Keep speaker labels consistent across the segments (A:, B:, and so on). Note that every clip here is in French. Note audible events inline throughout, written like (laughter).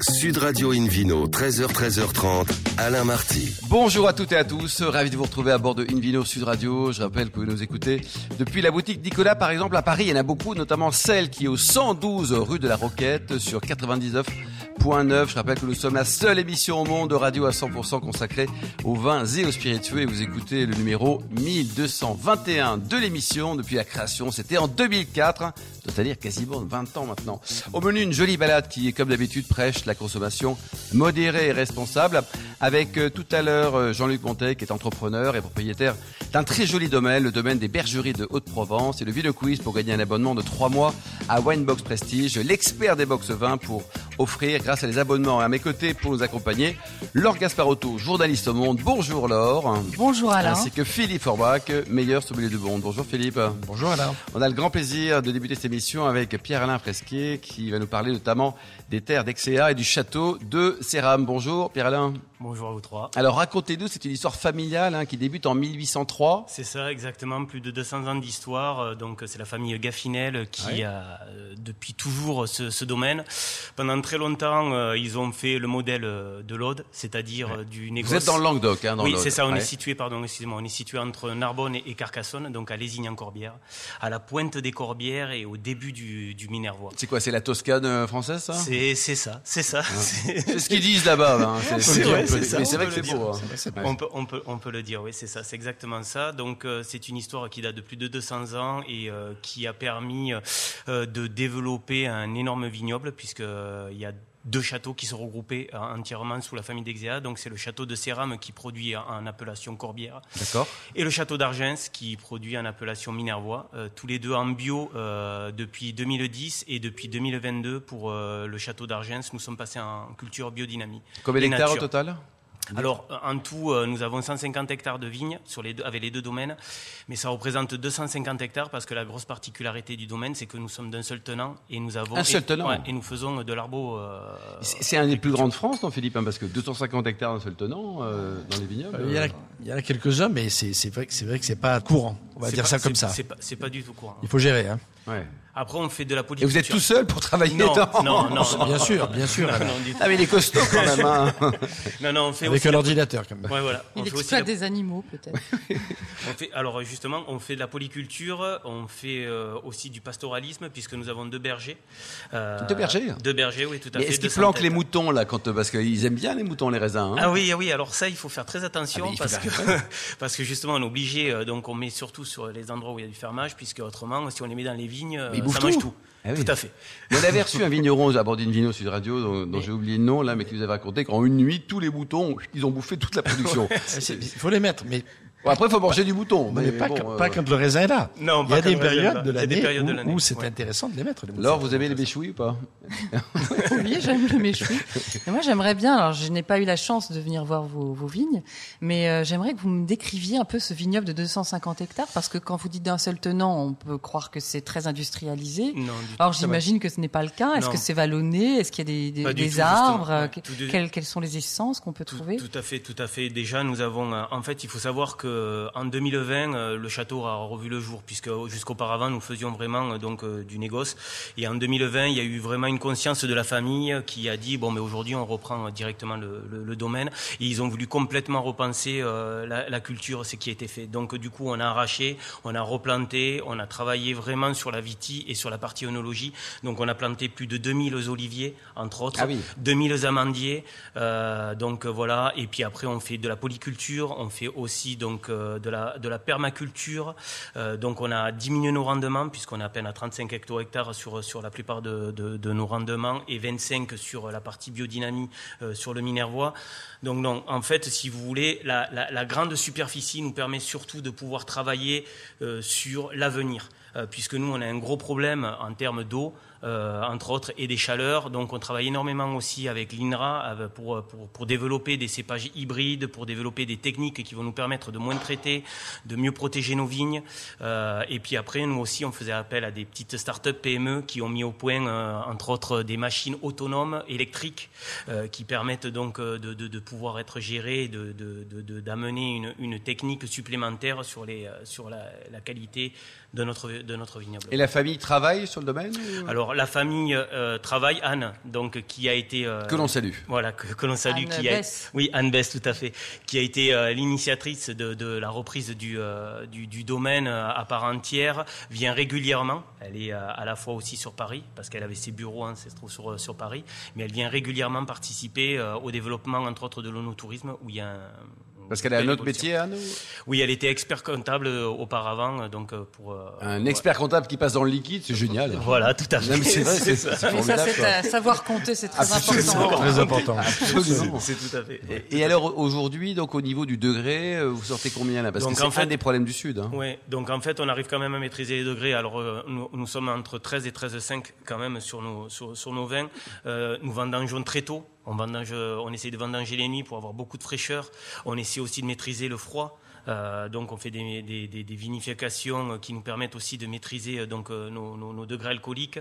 A: Sud Radio Invino, 13h, 13h30, Alain Marty.
B: Bonjour à toutes et à tous, ravi de vous retrouver à bord de Invino Sud Radio. Je rappelle que vous nous écoutez depuis la boutique Nicolas, par exemple, à Paris. Il y en a beaucoup, notamment celle qui est au 112 rue de la Roquette sur 99. Je rappelle que nous sommes la seule émission au monde de radio à 100% consacrée aux vins et aux spiritueux. Et vous écoutez le numéro 1221 de l'émission depuis la création. C'était en 2004, c'est-à-dire hein. quasiment 20 ans maintenant. Au menu, une jolie balade qui, comme d'habitude, prêche la consommation modérée et responsable. Avec euh, tout à l'heure Jean-Luc Montet, qui est entrepreneur et propriétaire d'un très joli domaine, le domaine des bergeries de Haute-Provence. Et le Ville Quiz pour gagner un abonnement de 3 mois à Winebox Prestige, l'expert des box vins pour offrir grâce à des abonnements. À mes côtés, pour nous accompagner, Laure Gasparotto, journaliste au Monde. Bonjour Laure.
C: Bonjour Alain.
B: Ainsi que Philippe Forbach, meilleur sommelier du monde. Bonjour Philippe.
D: Bonjour Alain.
B: On a le grand plaisir de débuter cette émission avec Pierre-Alain Fresquier qui va nous parler notamment des terres d'Exéa et du château de Séram. Bonjour Pierre-Alain.
E: Bonjour à vous trois.
B: Alors racontez-nous, c'est une histoire familiale hein, qui débute en 1803.
E: C'est ça, exactement, plus de 200 ans d'histoire. Euh, Donc c'est la famille Gaffinel qui oui. a euh, depuis toujours ce, ce, domaine. Pendant très longtemps, euh, ils ont fait le modèle euh, de l'Aude, c'est-à-dire oui. du négoce.
B: Vous êtes dans le Languedoc, hein, dans
E: Oui, c'est ça. On oui. est situé, pardon, excusez-moi, on est situé entre Narbonne et Carcassonne, donc à Lésignan-Corbière, à la pointe des Corbières et au début du, du Minervois.
B: C'est quoi, c'est la Toscane euh, française, ça
E: C'est ça, (laughs) c'est ça.
B: Ah. C'est ce qu'ils disent là-bas. Hein.
E: C'est vrai.
B: Ça, mais c'est vrai que c'est beau. Hein.
E: Vrai, on, peut, on, peut, on peut le dire, oui, c'est ça, c'est exactement ça. Donc, euh, c'est une histoire qui date de plus de 200 ans et euh, qui a permis euh, de développer un énorme vignoble, puisqu'il y a deux châteaux qui sont regroupés entièrement sous la famille d'Exéa. Donc c'est le château de Séram qui produit en appellation Corbière.
B: D'accord.
E: Et le château d'Argens qui produit en appellation Minervois. Euh, tous les deux en bio euh, depuis 2010 et depuis 2022 pour euh, le château d'Argens. Nous sommes passés en culture biodynamie.
B: Combien d'hectares au total
E: Euh, alors, en tout, euh, nous avons 150 hectares de vignes sur les deux, avec les deux domaines, mais ça représente 250 hectares parce que la grosse particularité du domaine, c'est que nous sommes d'un seul tenant et nous avons
B: un seul tenant
E: et, ouais, et nous faisons de l'arbo. Euh,
B: c'est un des plus grands de France, non, Philippe, hein, parce que 250 hectares d'un seul tenant euh, dans les vignobles.
D: Il y, a, il y en a quelques-uns, mais c'est vrai que c'est vrai que c'est pas courant. On va dire
E: pas,
D: ça comme ça.
E: C'est pas, pas du tout courant.
D: Il faut gérer, hein.
B: Ouais.
E: Après, on fait de la politique.
B: Et vous êtes tout seul pour travailler
E: Non,
B: dans...
E: non,
B: (laughs)
E: non,
D: non, Bien sûr, bien (laughs) sûr.
B: Non, non, ah, mais il est costaud quand même.
E: (laughs)
B: Hein.
E: non, non, on fait
D: Avec
E: aussi
D: un ordinateur, quand même.
E: Ouais, voilà.
C: Il exploite des animaux, peut-être.
E: alors, justement, on fait de la polyculture, on fait euh, aussi du pastoralisme, puisque nous avons deux bergers.
B: Euh, deux bergers hein.
E: Deux bergers, oui, tout à mais fait.
B: Est-ce qu'ils planquent les moutons, là, quand, parce qu'ils aiment bien les moutons, les raisins hein.
E: Ah oui, ah oui, alors ça, il faut faire très attention, ah, parce, que, (laughs) parce que justement, on est obligé, euh, donc on met surtout sur les endroits où il y a du fermage, puisque autrement, si on les met dans les vignes,
B: ils
E: ça
B: tout.
E: mange tout. Ah oui. Tout à fait.
B: On avait reçu un
E: (laughs)
B: vigneron à bord d'une vino Sud Radio, dont, dont j'ai oublié le nom, là, mais qui nous avait raconté qu'en une nuit, tous les boutons, ils ont bouffé toute la
E: (laughs)
B: production.
D: Il faut les mettre, mais
B: Bon, après, il faut manger du bouton.
D: Mais, mais pas, bon, quand, euh... pas, quand, le raisin est là.
E: Non,
D: il y a des périodes,
E: de des périodes de
D: l'année où, où c'est ouais. intéressant de les mettre. Les
B: alors, vous aimez les méchouis ou pas
C: (laughs) Oui, j'aime les méchouis. Et moi, j'aimerais bien, alors je n'ai pas eu la chance de venir voir vos, vos vignes, mais euh, j'aimerais que vous me décriviez un peu ce vignoble de 250 hectares, parce que quand vous dites d'un seul tenant, on peut croire que c'est très industrialisé.
E: Non,
C: alors, j'imagine que ce n'est pas le cas. Est-ce que c'est vallonné Est-ce qu'il y a des, des, des tout, arbres ouais, Quelles, Quelles sont les essences qu'on peut
E: tout,
C: trouver
E: Tout à fait, tout à fait. Déjà, nous avons, en fait, il faut savoir que euh, en 2020, euh, le château a revu le jour, puisque euh, jusqu'auparavant, nous faisions vraiment euh, donc du négoce. Et en 2020, il y a eu vraiment une conscience de la famille euh, qui a dit bon, mais aujourd'hui, on reprend euh, directement le, le, le, domaine. Et ils ont voulu complètement repenser euh, la, la, culture, ce qui a été fait. Donc, euh, du coup, on a arraché, on a replanté, on a travaillé vraiment sur la viti et sur la partie onologie. Donc, on a planté plus de 2000 oliviers, entre autres,
B: ah oui.
E: 2000 amandiers. Euh, donc, voilà. Et puis après, on fait de la polyculture, on fait aussi donc donc, euh, de, la, de la permaculture. Euh, donc on a diminué nos rendements puisqu'on est à peine à 35 hectares sur sur la plupart de, de, de, nos rendements et 25 sur la partie biodynamie euh, sur le Minervois. Donc non, en fait, si vous voulez, la, la, la grande superficie nous permet surtout de pouvoir travailler euh, sur l'avenir Euh, puisque nous on a un gros problème en termes d'eau. Euh, entre autres, et des chaleurs. Donc, on travaille énormément aussi avec l'INRA euh, pour, pour, pour, développer des cépages hybrides, pour développer des techniques qui vont nous permettre de moins traiter, de mieux protéger nos vignes. Euh, et puis après, nous aussi, on faisait appel à des petites startups PME E qui ont mis au point, euh, entre autres, des machines autonomes électriques euh, qui permettent donc euh, de, de, de pouvoir être gérées, d'amener de, une, une, technique supplémentaire sur, les, sur la, la, qualité de notre, de notre vignoble.
B: Et la famille travaille sur le domaine
E: Alors, Alors la famille euh, travaille Anne, donc qui a été euh,
B: que l'on salue.
E: voilà que, que l'on salue,
C: Anne
E: qui a-
C: Bess.
E: oui Anne Bess tout à fait, qui a été euh, l'initiatrice de, de la reprise du, euh, du, du domaine euh, à part entière, vient régulièrement. Elle est euh, à la fois aussi sur Paris parce qu'elle avait ses bureaux ancestraux sur euh, sur Paris, mais elle vient régulièrement participer euh, au développement entre autres de l'onotourisme où il y a un,
B: Parce qu'elle a un
E: belle
B: autre
E: évolution.
B: métier, Anne ou-
E: Oui, elle était expert comptable euh, auparavant, euh, donc euh, pour euh,
B: Un
E: ouais.
B: expert comptable qui passe dans le liquide, c'est génial.
E: Voilà, tout à
B: Non, mais c'est
E: fait. (laughs)
B: vrai, c'est c'est
C: Mais ça,
B: formidable.
C: c'est
B: quoi.
C: à savoir compter, Ah, c'est très important.
D: Très important.
B: Absolument.
E: C'est tout à fait. ouais.
B: Et, et alors aujourd'hui, donc au niveau du degré, euh, vous sortez combien là Parce
E: Donc,
B: que c'est
E: en fait-
B: un des problèmes du Sud. hein.
E: Ouais, donc en fait, on arrive quand même à maîtriser les degrés. Alors, euh, nous, nous sommes entre 13 et 13,5 quand même sur nos, sur, sur nos vins. Euh, nous vendangeons très tôt. On, vendange, euh, on essaie de vendanger les nuits pour avoir beaucoup de fraîcheur. On essaie aussi de maîtriser le froid. Euh, donc, on fait des, des, des, des vinifications euh, qui nous permettent aussi de maîtriser euh, donc, euh, nos, nos, nos degrés alcooliques.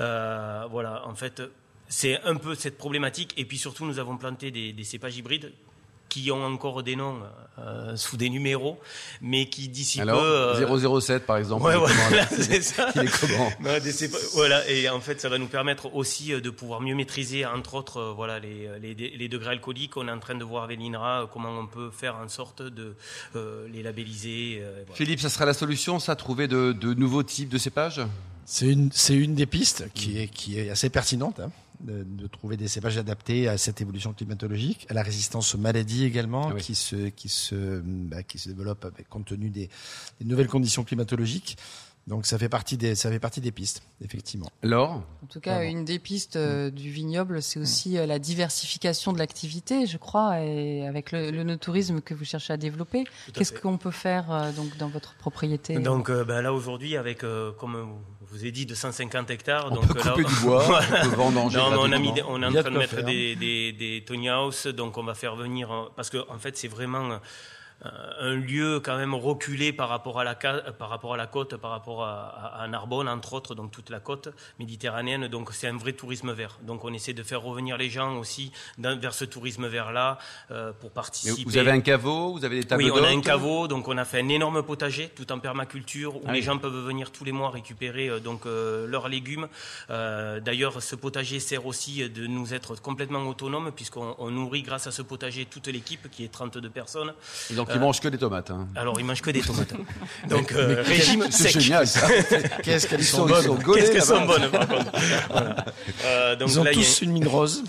E: Euh, voilà, en fait, c'est un peu cette problématique. Et puis surtout, nous avons planté des, des cépages hybrides qui ont encore des noms euh, sous des numéros, mais qui d'ici peu.
B: Alors
E: euh,
B: 007 par exemple.
E: Ouais,
B: il est
E: (laughs) voilà,
B: comment, là
E: c'est ça.
B: Il est
E: (laughs)
B: comment
E: Non, des cépa- voilà, et en fait, ça va nous permettre aussi euh, de pouvoir mieux maîtriser, entre autres, euh, voilà, les, les, les degrés alcooliques. On est en train de voir avec l'INRA euh, comment on peut faire en sorte de euh, les labelliser. euh, voilà.
B: Philippe, ça sera la solution, ça, trouver de, de nouveaux types de cépages
D: C'est une, c'est une des pistes qui est, qui est assez pertinente, hein, de, de trouver des cépages adaptés à cette évolution climatologique, à la résistance aux maladies également,
B: Ah oui.
D: qui se, qui se, bah, qui se développe avec, compte tenu des, des nouvelles conditions climatologiques. Donc ça fait partie des, ça fait partie des pistes, effectivement.
B: Laure
C: En tout cas,
D: Vraiment.
C: une des pistes
E: Mm.
C: euh, du vignoble, c'est aussi euh, la diversification de l'activité, je crois, et avec le, le tourisme que vous cherchez à développer.
E: Tout à
C: Qu'est-ce
E: fait.
C: qu'on peut faire euh, donc dans votre propriété
E: Donc euh, ben là aujourd'hui avec euh, comme je vous ai dit 250 hectares
B: On
E: donc
B: peut
E: euh, là-
B: couper du
E: (laughs)
B: bois,
E: Voilà.
B: on peut vendanger.
E: Non, mais on, a mis
B: gratuitement.
E: des- on est en
D: Il y a
E: train
D: de
E: de
D: quoi
E: mettre
D: faire.
E: des, des, des tony house, donc on va faire venir euh, parce que en fait c'est vraiment euh, un lieu quand même reculé par rapport à la ca- euh, par rapport à la côte, par rapport à, à- à Narbonne entre autres, donc toute la côte méditerranéenne. Donc c'est un vrai tourisme vert. Donc on essaie de faire revenir les gens aussi dans- vers ce tourisme vert là pour
B: Mais
E: participer.
B: Vous avez un caveau, vous avez des tables
E: Oui, on a un
B: d'hôtes
E: caveau, donc on a fait un énorme potager, tout en permaculture, où
B: Ah
E: les
B: oui.
E: gens peuvent venir tous les mois récupérer euh, donc euh, leurs légumes. Euh, D'ailleurs, ce potager sert aussi euh, de nous être complètement autonomes, puisqu'on on nourrit grâce à ce potager toute l'équipe, qui est 32 personnes.
B: Et donc ils
E: Euh,
B: mangent que des tomates. hein.
E: Alors, ils mangent que
B: (laughs)
E: des tomates. donc, euh, régime
B: C'est
E: sec.
B: génial ça.
D: Qu'est-ce qu'elles
B: Ils
D: sont
B: sont,
D: bonnes
B: ils sont gaulés,
E: Qu'est-ce qu'elles
B: là-bas.
E: sont bonnes, par contre. Voilà. Euh, donc
D: Ils ont
E: là, il y a-
D: tous une mine rose.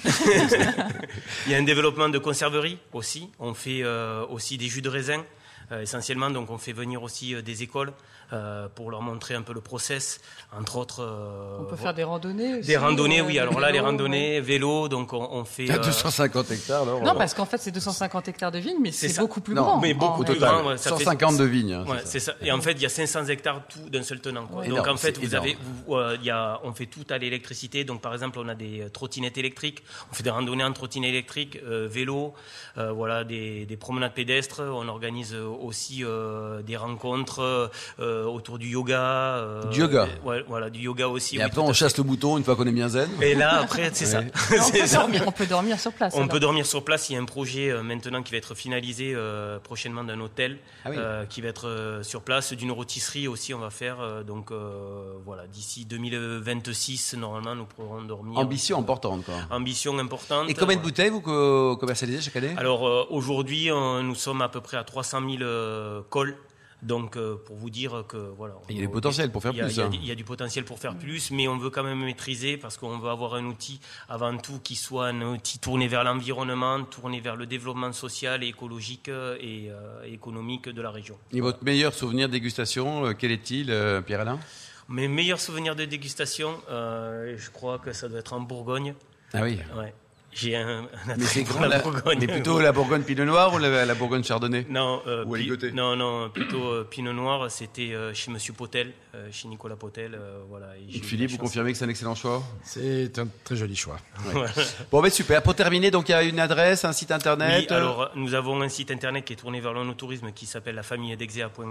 E: Il y a un développement de conserverie aussi. On fait euh, aussi des jus de raisin. euh, essentiellement, donc on fait venir aussi euh, des écoles euh, pour leur montrer un peu le process, entre autres. euh,
C: on peut faire des randonnées aussi,
E: des randonnées,
C: euh,
E: oui.
C: des
E: Alors là, les
C: vélos, euh. ouais.
E: randonnées, vélo, donc on, on fait.
B: Il y a
E: euh,
B: 250 hectares, Laure.
C: Non, parce qu'en fait, c'est 250 hectares de vignes, mais
E: C'est
C: c'est
E: ça.
C: beaucoup plus
B: Non, Ah,
C: grand.
E: mais
C: en
E: beaucoup
B: au
E: plus
C: réalité.
B: total,
E: grand, ouais, ça fait-
B: 150 de vignes. hein,
E: Ouais,
B: c'est ça.
E: c'est ça. Et en fait, il y a 500 hectares tout d'un seul tenant. quoi.
B: Ouais.
E: donc
B: Énorme,
E: en fait,
B: c'est
E: vous
B: énorme.
E: avez, vous- euh, il y a, on fait tout à l'électricité. Donc par exemple, on a des euh, trottinettes électriques, on fait des randonnées en trottinette électrique, euh, vélo, euh, voilà, des, des promenades pédestres. On organise euh, aussi euh, des rencontres euh, autour du yoga. euh,
B: Du yoga.
E: des- ouais, voilà, du yoga aussi.
B: Et
E: oui,
B: après
E: tout à
B: on
E: fait.
B: chasse le mouton une fois qu'on est bien zen.
E: Et là, après,
B: (laughs)
E: c'est ça.
C: Mais on,
E: (laughs) C'est
C: peut
E: ça.
C: dormir, on peut dormir sur
B: Ah,
C: place.
E: On
C: alors.
E: peut dormir sur place. Il y a un projet euh, maintenant qui va être finalisé euh, prochainement d'un hôtel
B: Ah oui.
E: euh, qui va être euh, sur place, d'une rôtisserie aussi. On va faire euh, donc euh, voilà d'ici 2026 normalement nous pourrons dormir.
B: Ambition importante quoi.
E: Ambition importante.
B: Et combien de
E: Voilà.
B: bouteilles vous co- commercialisez chaque année
E: Alors euh, aujourd'hui on- nous sommes à peu près à 300 000 euh, cols. Donc euh, pour vous dire que voilà.
B: Il y a du potentiel pour faire
E: Il y a-
B: plus,
E: il y a
B: hein.
E: du- Il y a du potentiel pour faire plus, mais on veut quand même maîtriser parce qu'on veut avoir un outil avant tout qui soit un outil tourné vers l'environnement, tourné vers le développement social et écologique euh, et euh, économique de la région.
B: Et votre meilleur souvenir de dégustation, euh, quel est-il, euh, Pierre-Alain
E: Mes meilleurs souvenirs de dégustation, euh, je crois que ça doit être en Bourgogne.
B: Ah oui.
E: Ouais. J'ai un, un
B: Mais c'est
E: attrait pour
B: grand, la- mais plutôt la Bourgogne Pinot Noir ou la, la Bourgogne Chardonnay
E: (laughs) Non, euh,
B: Ou à
E: pi-
B: ligoter.
E: non, non, plutôt euh, Pinot Noir, c'était euh, chez Monsieur Potel, euh, chez Nicolas Potel, euh, voilà. et j'ai eu la
B: Philippe, vous
E: chance.
B: confirmez que c'est un excellent choix
D: (laughs) C'est un très joli choix.
B: Bon, mais super. Pour terminer, donc il y a une adresse, un site internet.
E: Oui, alors euh, nous avons un site internet qui est tourné vers l'onotourisme qui s'appelle la famille d'exea.fr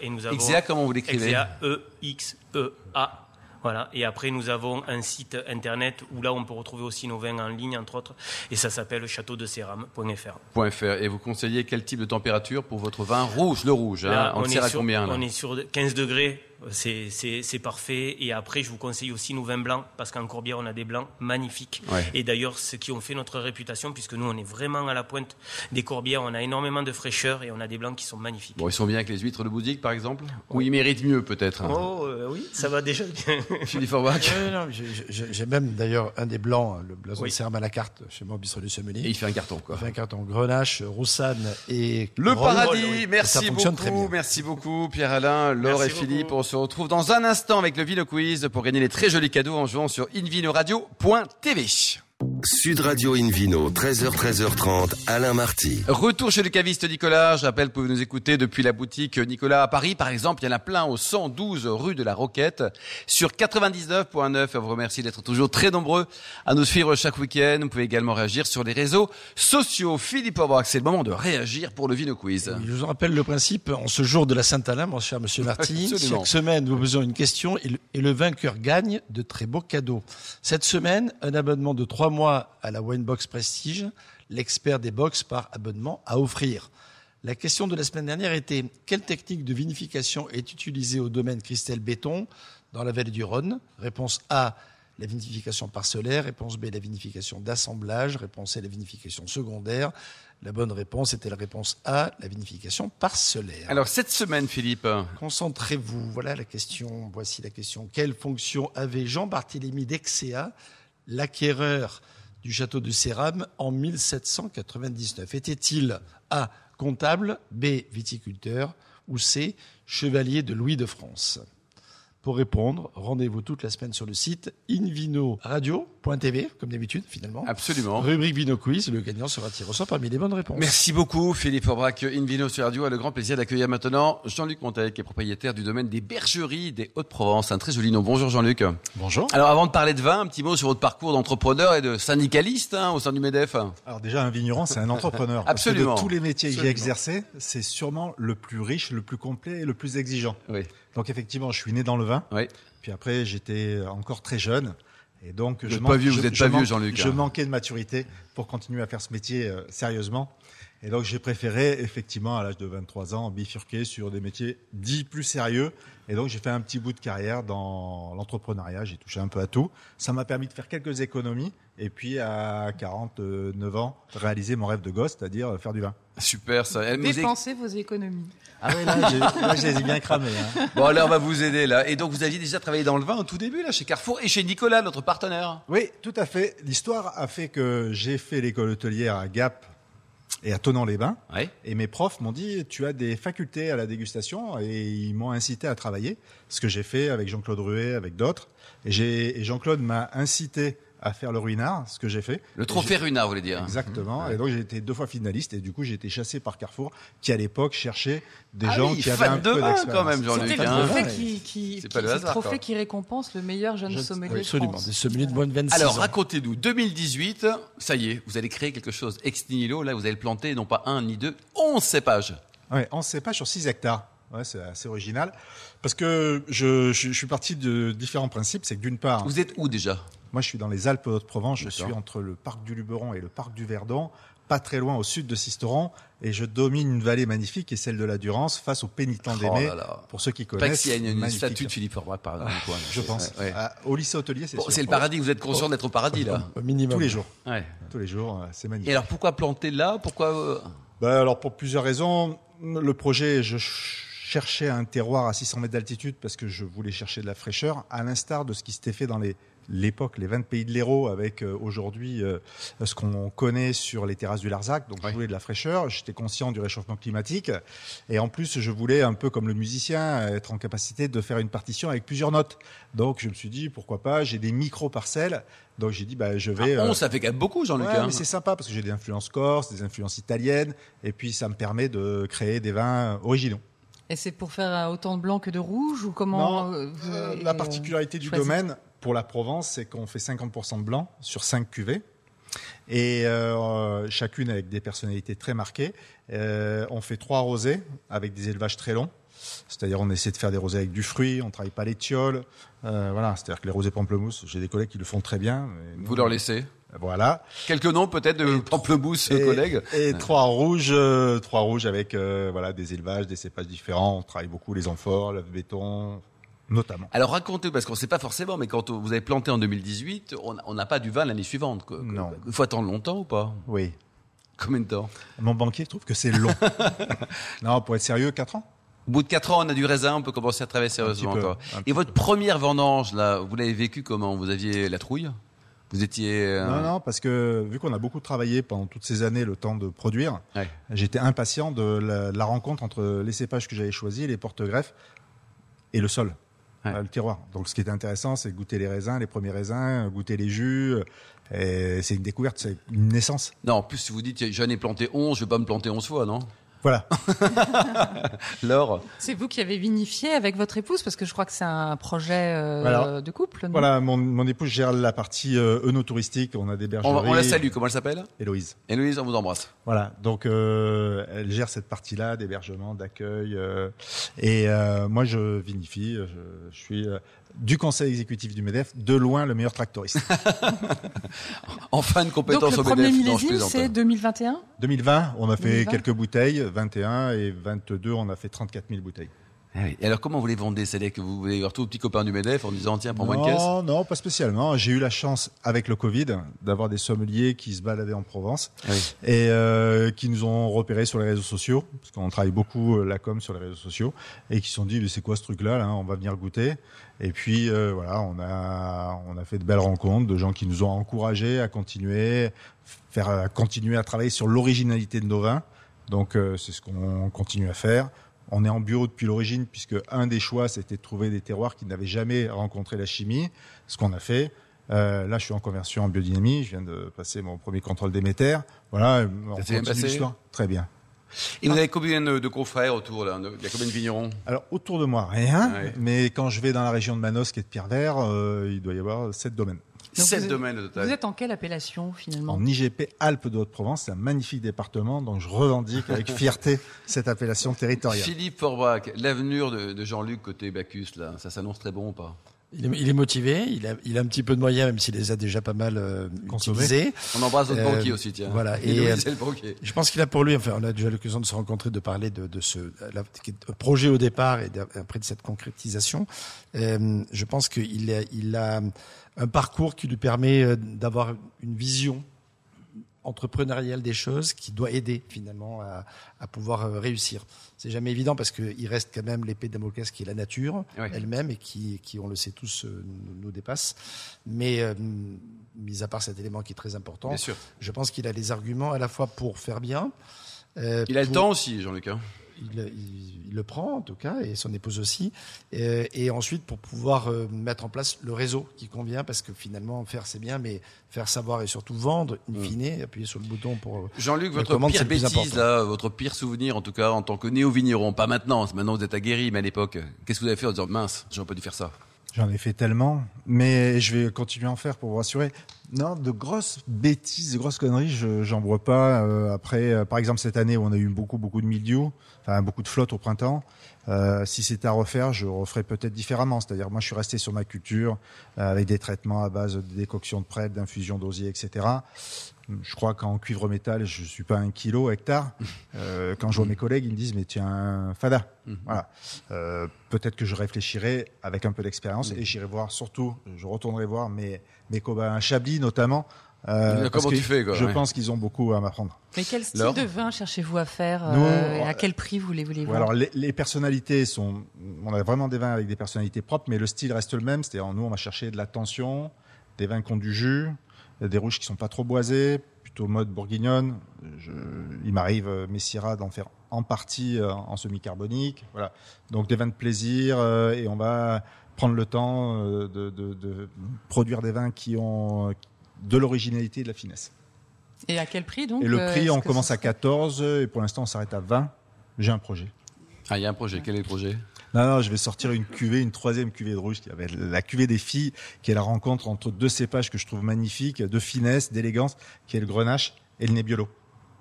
E: et nous
B: euh,
E: avons
B: Exea, comment vous l'écrivez
E: Exea, E X E A. Voilà, et après nous avons un site internet où là on peut retrouver aussi nos vins en ligne entre autres et ça s'appelle châteaudeseram.fr.
B: Point .fr. Et vous conseillez quel type de température pour votre vin rouge, le rouge hein.
E: Là,
B: On, le sert à
E: sur,
B: combien là
E: on est sur 15 degrés c'est- c'est c'est parfait. Et après, je vous conseille aussi nos vins blancs, parce qu'en Corbière, on a des blancs magnifiques.
B: Ouais.
E: Et d'ailleurs, ce qui ont fait notre réputation, puisque nous, on est vraiment à la pointe des Corbières, on a énormément de fraîcheur et on a des blancs qui sont magnifiques.
B: Bon, ils sont bien avec les huîtres de bouddhique, par exemple Ou ils méritent mieux, peut-être hein.
E: Oh euh, oui, ça va déjà bien.
B: Philippe Forbach
D: Ouais, Euh, non, j'ai- j'ai j'ai même d'ailleurs un des blancs, le blason
E: Oui.
D: de Serme à la carte chez moi, Bistrolet Sommelier.
B: Et il fait un carton, quoi.
D: Enfin, un carton Grenache, Roussanne et
B: Le
D: Roll.
B: paradis,
D: Oui, ça
B: merci
D: fonctionne
B: beaucoup,
D: très bien.
B: merci beaucoup Pierre-Alain, Laure
E: Merci
B: et Philippe.
E: beaucoup.
B: On se retrouve dans un instant avec le Vino Quiz pour gagner les très jolis cadeaux en jouant sur invinoradio.tv.
A: Sud Radio Invino, 13h, 13h30, Alain Marty.
B: Retour chez le caviste Nicolas. Je rappelle que vous pouvez nous écouter depuis la boutique Nicolas à Paris. Par exemple, il y en a plein au 112 rue de la Roquette sur 99.9. On vous remercie d'être toujours très nombreux à nous suivre chaque week-end. Vous pouvez également réagir sur les réseaux sociaux. Philippe Aubrac, c'est le moment de réagir pour le Vino Quiz.
D: Oui, Je vous en rappelle le principe, en ce jour de la Saint-Alain, mon
B: (laughs)
D: cher monsieur Marty,
B: Absolument.
D: chaque semaine nous posons une question et le- et le vainqueur gagne de très beaux cadeaux. Cette semaine, un abonnement de trois mois à la Winebox Prestige, l'expert des box par abonnement à offrir. La question de la semaine dernière était quelle technique de vinification est utilisée au domaine Christelle Béton dans la vallée du Rhône Réponse A, la vinification parcellaire. Réponse B, la vinification d'assemblage. Réponse C, la vinification secondaire. La bonne réponse était la réponse A, la vinification parcellaire.
B: Alors cette semaine, Philippe,
D: Concentrez-vous. Voilà la question. Voici la question. Quelle fonction avait Jean-Barthélemy d'Exéa, l'acquéreur du château de Séram, en 1799 Était-il A. comptable, B. viticulteur ou C. chevalier de Louis de France pour répondre, rendez-vous toute la semaine sur le site invinoradio.tv, comme d'habitude, finalement.
B: absolument.
D: Rubrique Vino Quiz, le gagnant sera tiré au sort parmi les bonnes réponses.
B: Merci beaucoup Philippe Aubrac, Invino sur Radio. A le grand plaisir d'accueillir maintenant Jean-Luc Montel, qui est propriétaire du domaine des bergeries des Hauts-de-Provence. Un très joli nom. Bonjour Jean-Luc.
F: Bonjour.
B: Alors avant de parler de vin, un petit mot sur votre parcours d'entrepreneur et de syndicaliste hein, au sein du MEDEF.
F: Alors déjà, un vigneron,
B: (laughs)
F: c'est un entrepreneur. Parce que
B: Absolument.
F: de tous les métiers que j'ai
B: Absolument.
F: exercés, c'est sûrement le plus riche, le plus complet et le plus exigeant.
B: Oui.
F: Donc effectivement, je suis né dans le vin.
B: Oui.
F: Puis après, j'étais encore très jeune. Et donc,
B: Vous
F: je
B: êtes
F: manque-
B: pas vieux, vous
F: je-
B: êtes
F: je
B: pas vieux,
F: manque-
B: Jean-Luc,
F: Je
B: hein.
F: manquais de maturité pour continuer à faire ce métier euh, sérieusement. Et donc, j'ai préféré, effectivement, à l'âge de 23 ans, bifurquer sur des métiers dits plus sérieux. Et donc, j'ai fait un petit bout de carrière dans l'entrepreneuriat. J'ai touché un peu à tout. Ça m'a permis de faire quelques économies. Et puis, à 49 ans, réaliser mon rêve de gosse, c'est-à-dire euh, faire du vin.
B: Super ça. Elle nous est-
C: Dépensez vos économies.
F: Ah oui, là, j'ai- là, je les ai bien cramés. hein.
B: Bon là on va vous aider là. Et donc vous aviez déjà travaillé dans le vin au tout début là chez Carrefour et chez Nicolas, notre partenaire.
F: Oui, tout à fait. L'histoire a fait que j'ai fait l'école hôtelière à Gap et à Tonon-les-Bains.
B: Oui.
F: Et mes profs m'ont dit, tu as des facultés à la dégustation et ils m'ont incité à travailler, ce que j'ai fait avec Jean-Claude Ruet, avec d'autres. Et, j'ai- et Jean-Claude m'a incité à faire le ruinard, ce que j'ai fait.
B: Le trophée Runard, vous voulez dire.
F: Exactement. Et donc j'ai été deux fois finaliste et du coup j'ai été chassé par Carrefour qui à l'époque cherchait des
B: Ah
F: gens
B: oui,
F: qui avaient
B: fan
F: un
B: de
F: peu
B: vin,
F: d'expérience.
B: quand même, Jean-Luc,
C: C'était
B: hein.
C: le trophée qui,
B: C'est
C: qui,
B: pas le
C: qui-
B: hasard,
C: trophée
B: quoi.
C: qui récompense le meilleur jeune sommelier de
D: Absolument,
C: France.
D: des sommeliers de moins de 26
B: Alors
D: ans.
B: racontez-nous, 2018, ça y est, vous allez créer quelque chose ex nihilo, là vous allez le planter, non pas un ni deux, 11 cépages.
F: Ouais, on sait pas sur 6 hectares. Ouais, c'est assez original. Parce que je, je, je suis parti de différents principes. C'est que d'une part,
B: Vous êtes où déjà
F: moi je suis dans les Alpes de Haute-Provence, je
B: D'accord.
F: suis entre le parc du Luberon et le parc du Verdon, pas très loin au sud de Sisteron, et je domine une vallée magnifique qui est celle de la Durance face au pénitent
B: Oh
F: d'Aimé.
B: là là.
F: Pour ceux qui
B: Pas
F: connaissent,
B: qu'il y a une, une
F: magnifique. Ah,
B: statue de Philippe Forbach par là, dans le coin, là.
F: je
B: C'est-
F: pense.
B: ouais.
F: À- au lycée hôtelier, c'est
B: Bon,
F: sûr.
B: c'est le paradis, vous êtes conscient d'être au paradis là.
D: Au minimum.
F: Tous les jours,
B: Ouais.
F: tous les jours, euh, c'est magnifique.
B: Et alors pourquoi planter là Pourquoi euh,
F: Bah, alors pour plusieurs raisons, le projet, je ch- cherchais un terroir à 600 mètres d'altitude parce que je voulais chercher de la fraîcheur, à l'instar de ce qui s'était fait dans les l'époque, les 20 pays de l'Hérault, avec euh, aujourd'hui euh, ce qu'on connaît sur les terrasses du Larzac. Donc
B: Ouais.
F: je voulais de la fraîcheur, j'étais conscient du réchauffement climatique, et en plus je voulais, un peu comme le musicien, être en capacité de faire une partition avec plusieurs notes. Donc je me suis dit, pourquoi pas, j'ai des micro-parcelles, donc j'ai dit, bah, je vais...
B: ah,
F: euh,
B: 11 ça fait quand même beaucoup Jean-Luc.
F: Ouais,
B: hein.
F: mais c'est sympa parce que j'ai des influences corses, des influences italiennes, et puis ça me permet de créer des vins originaux.
C: Et c'est pour faire euh, autant de blanc que de rouge ou comment
F: Non,
C: euh, vous-
F: Euh,
C: et,
F: la
C: euh,
F: particularité du
C: choisir.
F: domaine pour la Provence, c'est qu'on fait 50% de blanc sur 5 cuvées. Et euh, chacune avec des personnalités très marquées. Euh, on fait trois rosés avec des élevages très longs. C'est-à-dire, on essaie de faire des rosés avec du fruit, on travaille pas les tioles. Euh, voilà, c'est-à-dire que les rosés pamplemousse, j'ai des collègues qui le font très bien. mais nous,
B: Vous leur laissez
F: Voilà.
B: Quelques noms peut-être de pamplemousse (laughs)
F: Et-
B: collègues
F: Et trois rouges, euh, trois rouges avec euh, voilà des élevages, des cépages différents. On travaille beaucoup les amphores, le béton, notamment.
B: Alors racontez, parce qu'on ne sait pas forcément, mais quand vous avez planté en 2018, on on n'a pas du vin l'année suivante. quoi.
F: Non.
B: Il faut attendre longtemps ou pas
F: Oui.
B: Combien de temps
F: Mon banquier trouve que c'est
B: (laughs)
F: long. non, pour être sérieux, 4 ans
B: Au bout de 4 ans, on a du raisin, on peut commencer à travailler sérieusement.
F: Un petit peu,
B: quoi.
F: un
B: Et
F: petit
B: votre première vendange, là, vous l'avez vécu comment Vous aviez la trouille Vous étiez... euh,
F: Non, non, parce que vu qu'on a beaucoup travaillé pendant toutes ces années le temps de produire,
B: Ouais.
F: j'étais impatient de la, la rencontre entre les cépages que j'avais choisis, les porte-greffes et le sol.
B: Ouais.
F: euh, Le terroir. Donc, ce qui était intéressant, c'est de goûter les raisins, les premiers raisins, goûter les jus. euh, Et c'est une découverte, c'est une naissance.
B: Non, en plus, si vous dites, j'en ai planté 11, je vais pas me planter 11 fois, non
F: Voilà.
B: Laure
C: C'est vous qui avez vinifié avec votre épouse parce que je crois que c'est un projet euh,
F: Voilà.
C: de couple. non
F: Voilà, mon, mon épouse gère la partie euh, œnotouristique. On a des
B: on,
F: bergeries.
B: on la salue, comment elle s'appelle
F: Héloïse.
B: Héloïse, on vous embrasse.
F: Voilà, donc euh, elle gère cette partie-là d'hébergement, d'accueil. euh, et euh, moi, je vinifie. Je, je suis euh, du conseil exécutif du MEDEF, de loin le
B: (laughs)
F: meilleur tractoriste.
B: En fin de
C: Donc
B: compétence
C: le
B: au
C: premier
B: BDF, non, je
C: millésime,
B: plaisante.
C: c'est 2021
F: 2020, on a fait
C: 2020.
F: quelques bouteilles, 21 et 22, on a fait 34 000 bouteilles.
B: Ah oui. Et alors, comment vous les vendez C'est-à-dire que vous allez voir tous vos petits copains du MEDEF en disant, tiens, prends-moi une caisse
F: non, non, pas spécialement. J'ai eu la chance avec le Covid d'avoir des sommeliers qui se baladaient en Provence
B: Ah oui.
F: et euh, qui nous ont repérés sur les réseaux sociaux, parce qu'on travaille beaucoup euh, la com sur les réseaux sociaux, et qui se sont dit, mais c'est quoi ce truc-là, là on va venir goûter. Et puis euh, voilà, on a, on a fait de belles rencontres, de gens qui nous ont encouragés à continuer, faire, à continuer à travailler sur l'originalité de nos vins. Donc euh, c'est ce qu'on continue à faire. On est en bio depuis l'origine, puisque un des choix, c'était de trouver des terroirs qui n'avaient jamais rencontré la chimie, ce qu'on a fait. Euh, là, je suis en conversion en biodynamie. Je viens de passer mon premier contrôle d'éméter. Voilà, on
B: s'est bien
F: continue
B: passé
F: l'histoire. Très bien.
B: Et vous avez combien de, de confrères autour là de- Il y a combien de vignerons
F: Alors, autour de moi, rien.
B: Ah Ouais.
F: Mais quand je vais dans la région de Manosque et de Pierrevert, euh, il doit y avoir sept domaines.
C: Donc,
B: Sept
C: vous êtes-
B: domaines au total.
C: Vous êtes en quelle appellation finalement
F: En IGP Alpes de Haute-Provence, c'est un magnifique département dont je revendique avec fierté
B: (laughs)
F: cette appellation territoriale.
B: Philippe Forbrac, l'avenir de, de Jean-Luc côté Bacchus, là, ça s'annonce très bon ou pas
D: Il est, il est motivé, il a, il a un petit peu de moyens, même s'il les a déjà pas mal euh,
F: Consommés.
D: utilisés.
B: On embrasse notre
D: Euh,
B: banquier aussi, tiens. (laughs)
D: voilà.
B: Et,
D: Et, euh,
B: le banquier.
D: Je pense qu'il a pour lui, enfin, on a déjà l'occasion de se rencontrer, de parler de, de ce la- qui est- projet au départ et d'a- après de cette concrétisation. Euh, je pense qu'il a, il a un parcours qui lui permet euh, d'avoir une vision entrepreneuriale des choses qui doit aider finalement à, à pouvoir euh, réussir. C'est jamais évident parce qu'il reste quand même l'épée de Damoclès qui est la nature
B: Ouais.
D: elle-même et qui, qui, on le sait tous, euh, nous, nous dépasse. Mais euh, mis à part cet élément qui est très important,
B: Bien sûr.
D: je pense qu'il a les arguments à la fois pour faire bien. euh,
B: Il a le
D: pour-
B: temps aussi, Jean-Luc. hein.
D: il, il- il le prend en tout cas et son épouse aussi. Euh, et ensuite pour pouvoir euh, mettre en place le réseau qui convient parce que finalement faire c'est bien, mais faire savoir et surtout vendre in
B: Mm.
D: fine, appuyer sur le bouton pour.
B: Jean-Luc,
D: Les
B: votre
D: commandes,
B: pire
D: c'est le plus
B: bêtise,
D: important.
B: là, votre pire souvenir, en tout cas, en tant que néo-vigneron, pas maintenant, maintenant vous êtes aguerri, mais à l'époque, qu'est-ce que vous avez fait en disant, mince, j'aurais pas dû faire ça
F: J'en ai fait tellement, mais je vais continuer à en faire pour vous rassurer. Non, de grosses bêtises, de grosses conneries, je j'en vois pas. Euh, après, euh, par exemple, cette année, où on a eu beaucoup, beaucoup de mildiou, enfin beaucoup de flotte au printemps. Euh, si c'était à refaire, je referais peut-être différemment. C'est-à-dire, moi, je suis resté sur ma culture euh, avec des traitements à base de décoction de prêtres, d'infusion d'osier, etc. Je crois qu'en cuivre métal, je suis pas un kilo hectare.
B: Mmh.
F: Euh, quand je vois mes collègues, ils me disent, mais tu es un fada.
B: Mmh.
F: Voilà. Euh, peut-être que je réfléchirai avec un peu d'expérience
B: Mmh.
F: et j'irai voir surtout, je retournerai voir mes, mes copains à Chablis notamment. euh,
B: Mais
F: parce
B: comment
F: que
B: tu fais, quoi,
F: Je
B: ouais.
F: pense qu'ils ont beaucoup à m'apprendre.
C: Mais quel style
B: Laure
C: de vin cherchez-vous à faire euh,
F: Nous,
C: et
F: on-
C: À quel prix vous les voulez
F: Ouais, alors les, les personnalités sont, on a vraiment des vins avec des personnalités propres, mais le style reste le même. C'est-à-dire nous, on va chercher de la tension, des vins qui ont du jus, des rouges qui sont pas trop boisés, plutôt mode bourguignonne. Je- il m'arrive euh, mes Syrah d'en faire en partie euh, en semi-carbonique. Voilà. Donc des vins de plaisir euh, et on va prendre le temps euh, de, de- de produire des vins qui ont euh, de l'originalité et de la finesse.
C: Et à quel prix donc
F: et le
C: euh,
F: prix,
C: est-ce
F: on
C: que
F: commence
C: ce-
F: à 14 et pour l'instant, on s'arrête à 20. J'ai un projet.
B: Ah, il y a un projet, quel est le projet
F: Non, non, je vais sortir une cuvée, une troisième cuvée de rouge qui avait la cuvée des filles, qui est la rencontre entre deux cépages que je trouve magnifiques, de finesse, d'élégance, qui est le grenache et le nebbiolo.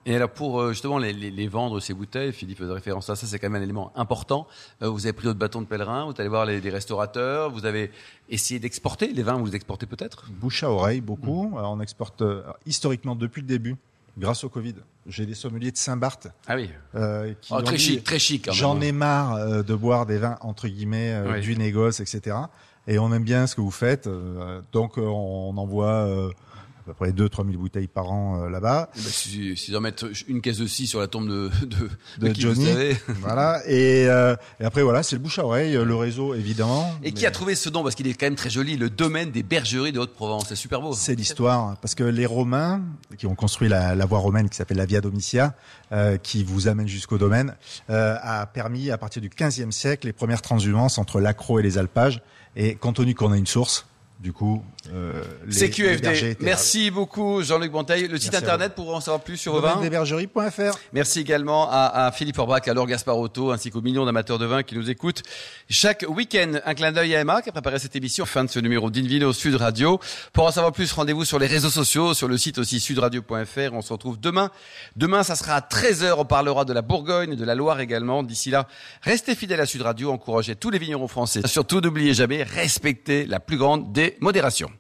B: Et alors pour euh, justement les, les- les vendre ces bouteilles, Philippe faisait référence à ça, c'est quand même un élément important. Euh, Vous avez pris votre bâton de pèlerin, vous êtes allé voir les, les restaurateurs, vous avez essayé d'exporter les vins, vous les exportez peut-être Mm.
F: euh, Bouche à oreille, beaucoup. Alors, on exporte euh, historiquement depuis le début, grâce au Covid. J'ai des sommeliers de Saint-Barth
B: Ah oui.
F: euh, qui
B: Oh,
F: ont
B: très
F: dit,
B: chic, très chic. quand même.
F: J'en ai marre euh, de boire des vins entre guillemets euh,
B: Oui.
F: du négoce, etc. Et on aime bien ce que vous faites, euh, donc euh, on envoie euh, à peu près 2-3 000 bouteilles par an euh, là-bas.
B: Eh ben, si, si d'en mettre une caisse de scie sur la tombe de, de,
F: De
B: qui,
F: Johnny.
B: vous savez.
F: voilà. Et, euh, et après voilà, c'est le bouche à oreille, euh, le réseau évidemment.
B: Et qui
F: mais
B: a trouvé ce nom parce qu'il est quand même très joli, le domaine des bergeries de Haute-Provence. C'est super beau.
F: C'est l'histoire, parce que les Romains qui ont construit la, la voie romaine qui s'appelle la Via Domitia, euh, qui vous amène jusqu'au domaine, euh, a permis à partir du XVe siècle les premières transhumances entre l'accro et les alpages. Et compte tenu qu'on a une source, du coup, euh, les-
B: C'est
F: les bergers
B: QFD.
F: étaient là.
B: Merci beaucoup Jean-Luc Monteil. Le site
F: Merci à
B: internet pour en savoir plus sur le vin.
F: Domainebergerie.fr.
B: Merci également à, à Philippe Orbach, à Laure Gasparotto, ainsi qu'aux millions d'amateurs de vin qui nous écoutent chaque week-end. Un clin d'œil à Emma qui a préparé cette émission. Fin de ce numéro d'Invino Sud Radio. Pour en savoir plus, rendez-vous sur les réseaux sociaux, sur le site aussi sudradio.fr. On se retrouve demain. Demain, ça sera à 13h. On parlera de la Bourgogne, de la Loire également. D'ici là, restez fidèles à Sud Radio, encouragez tous les vignerons français. Surtout, n'oubliez jamais, respectez la plus grande des modérations.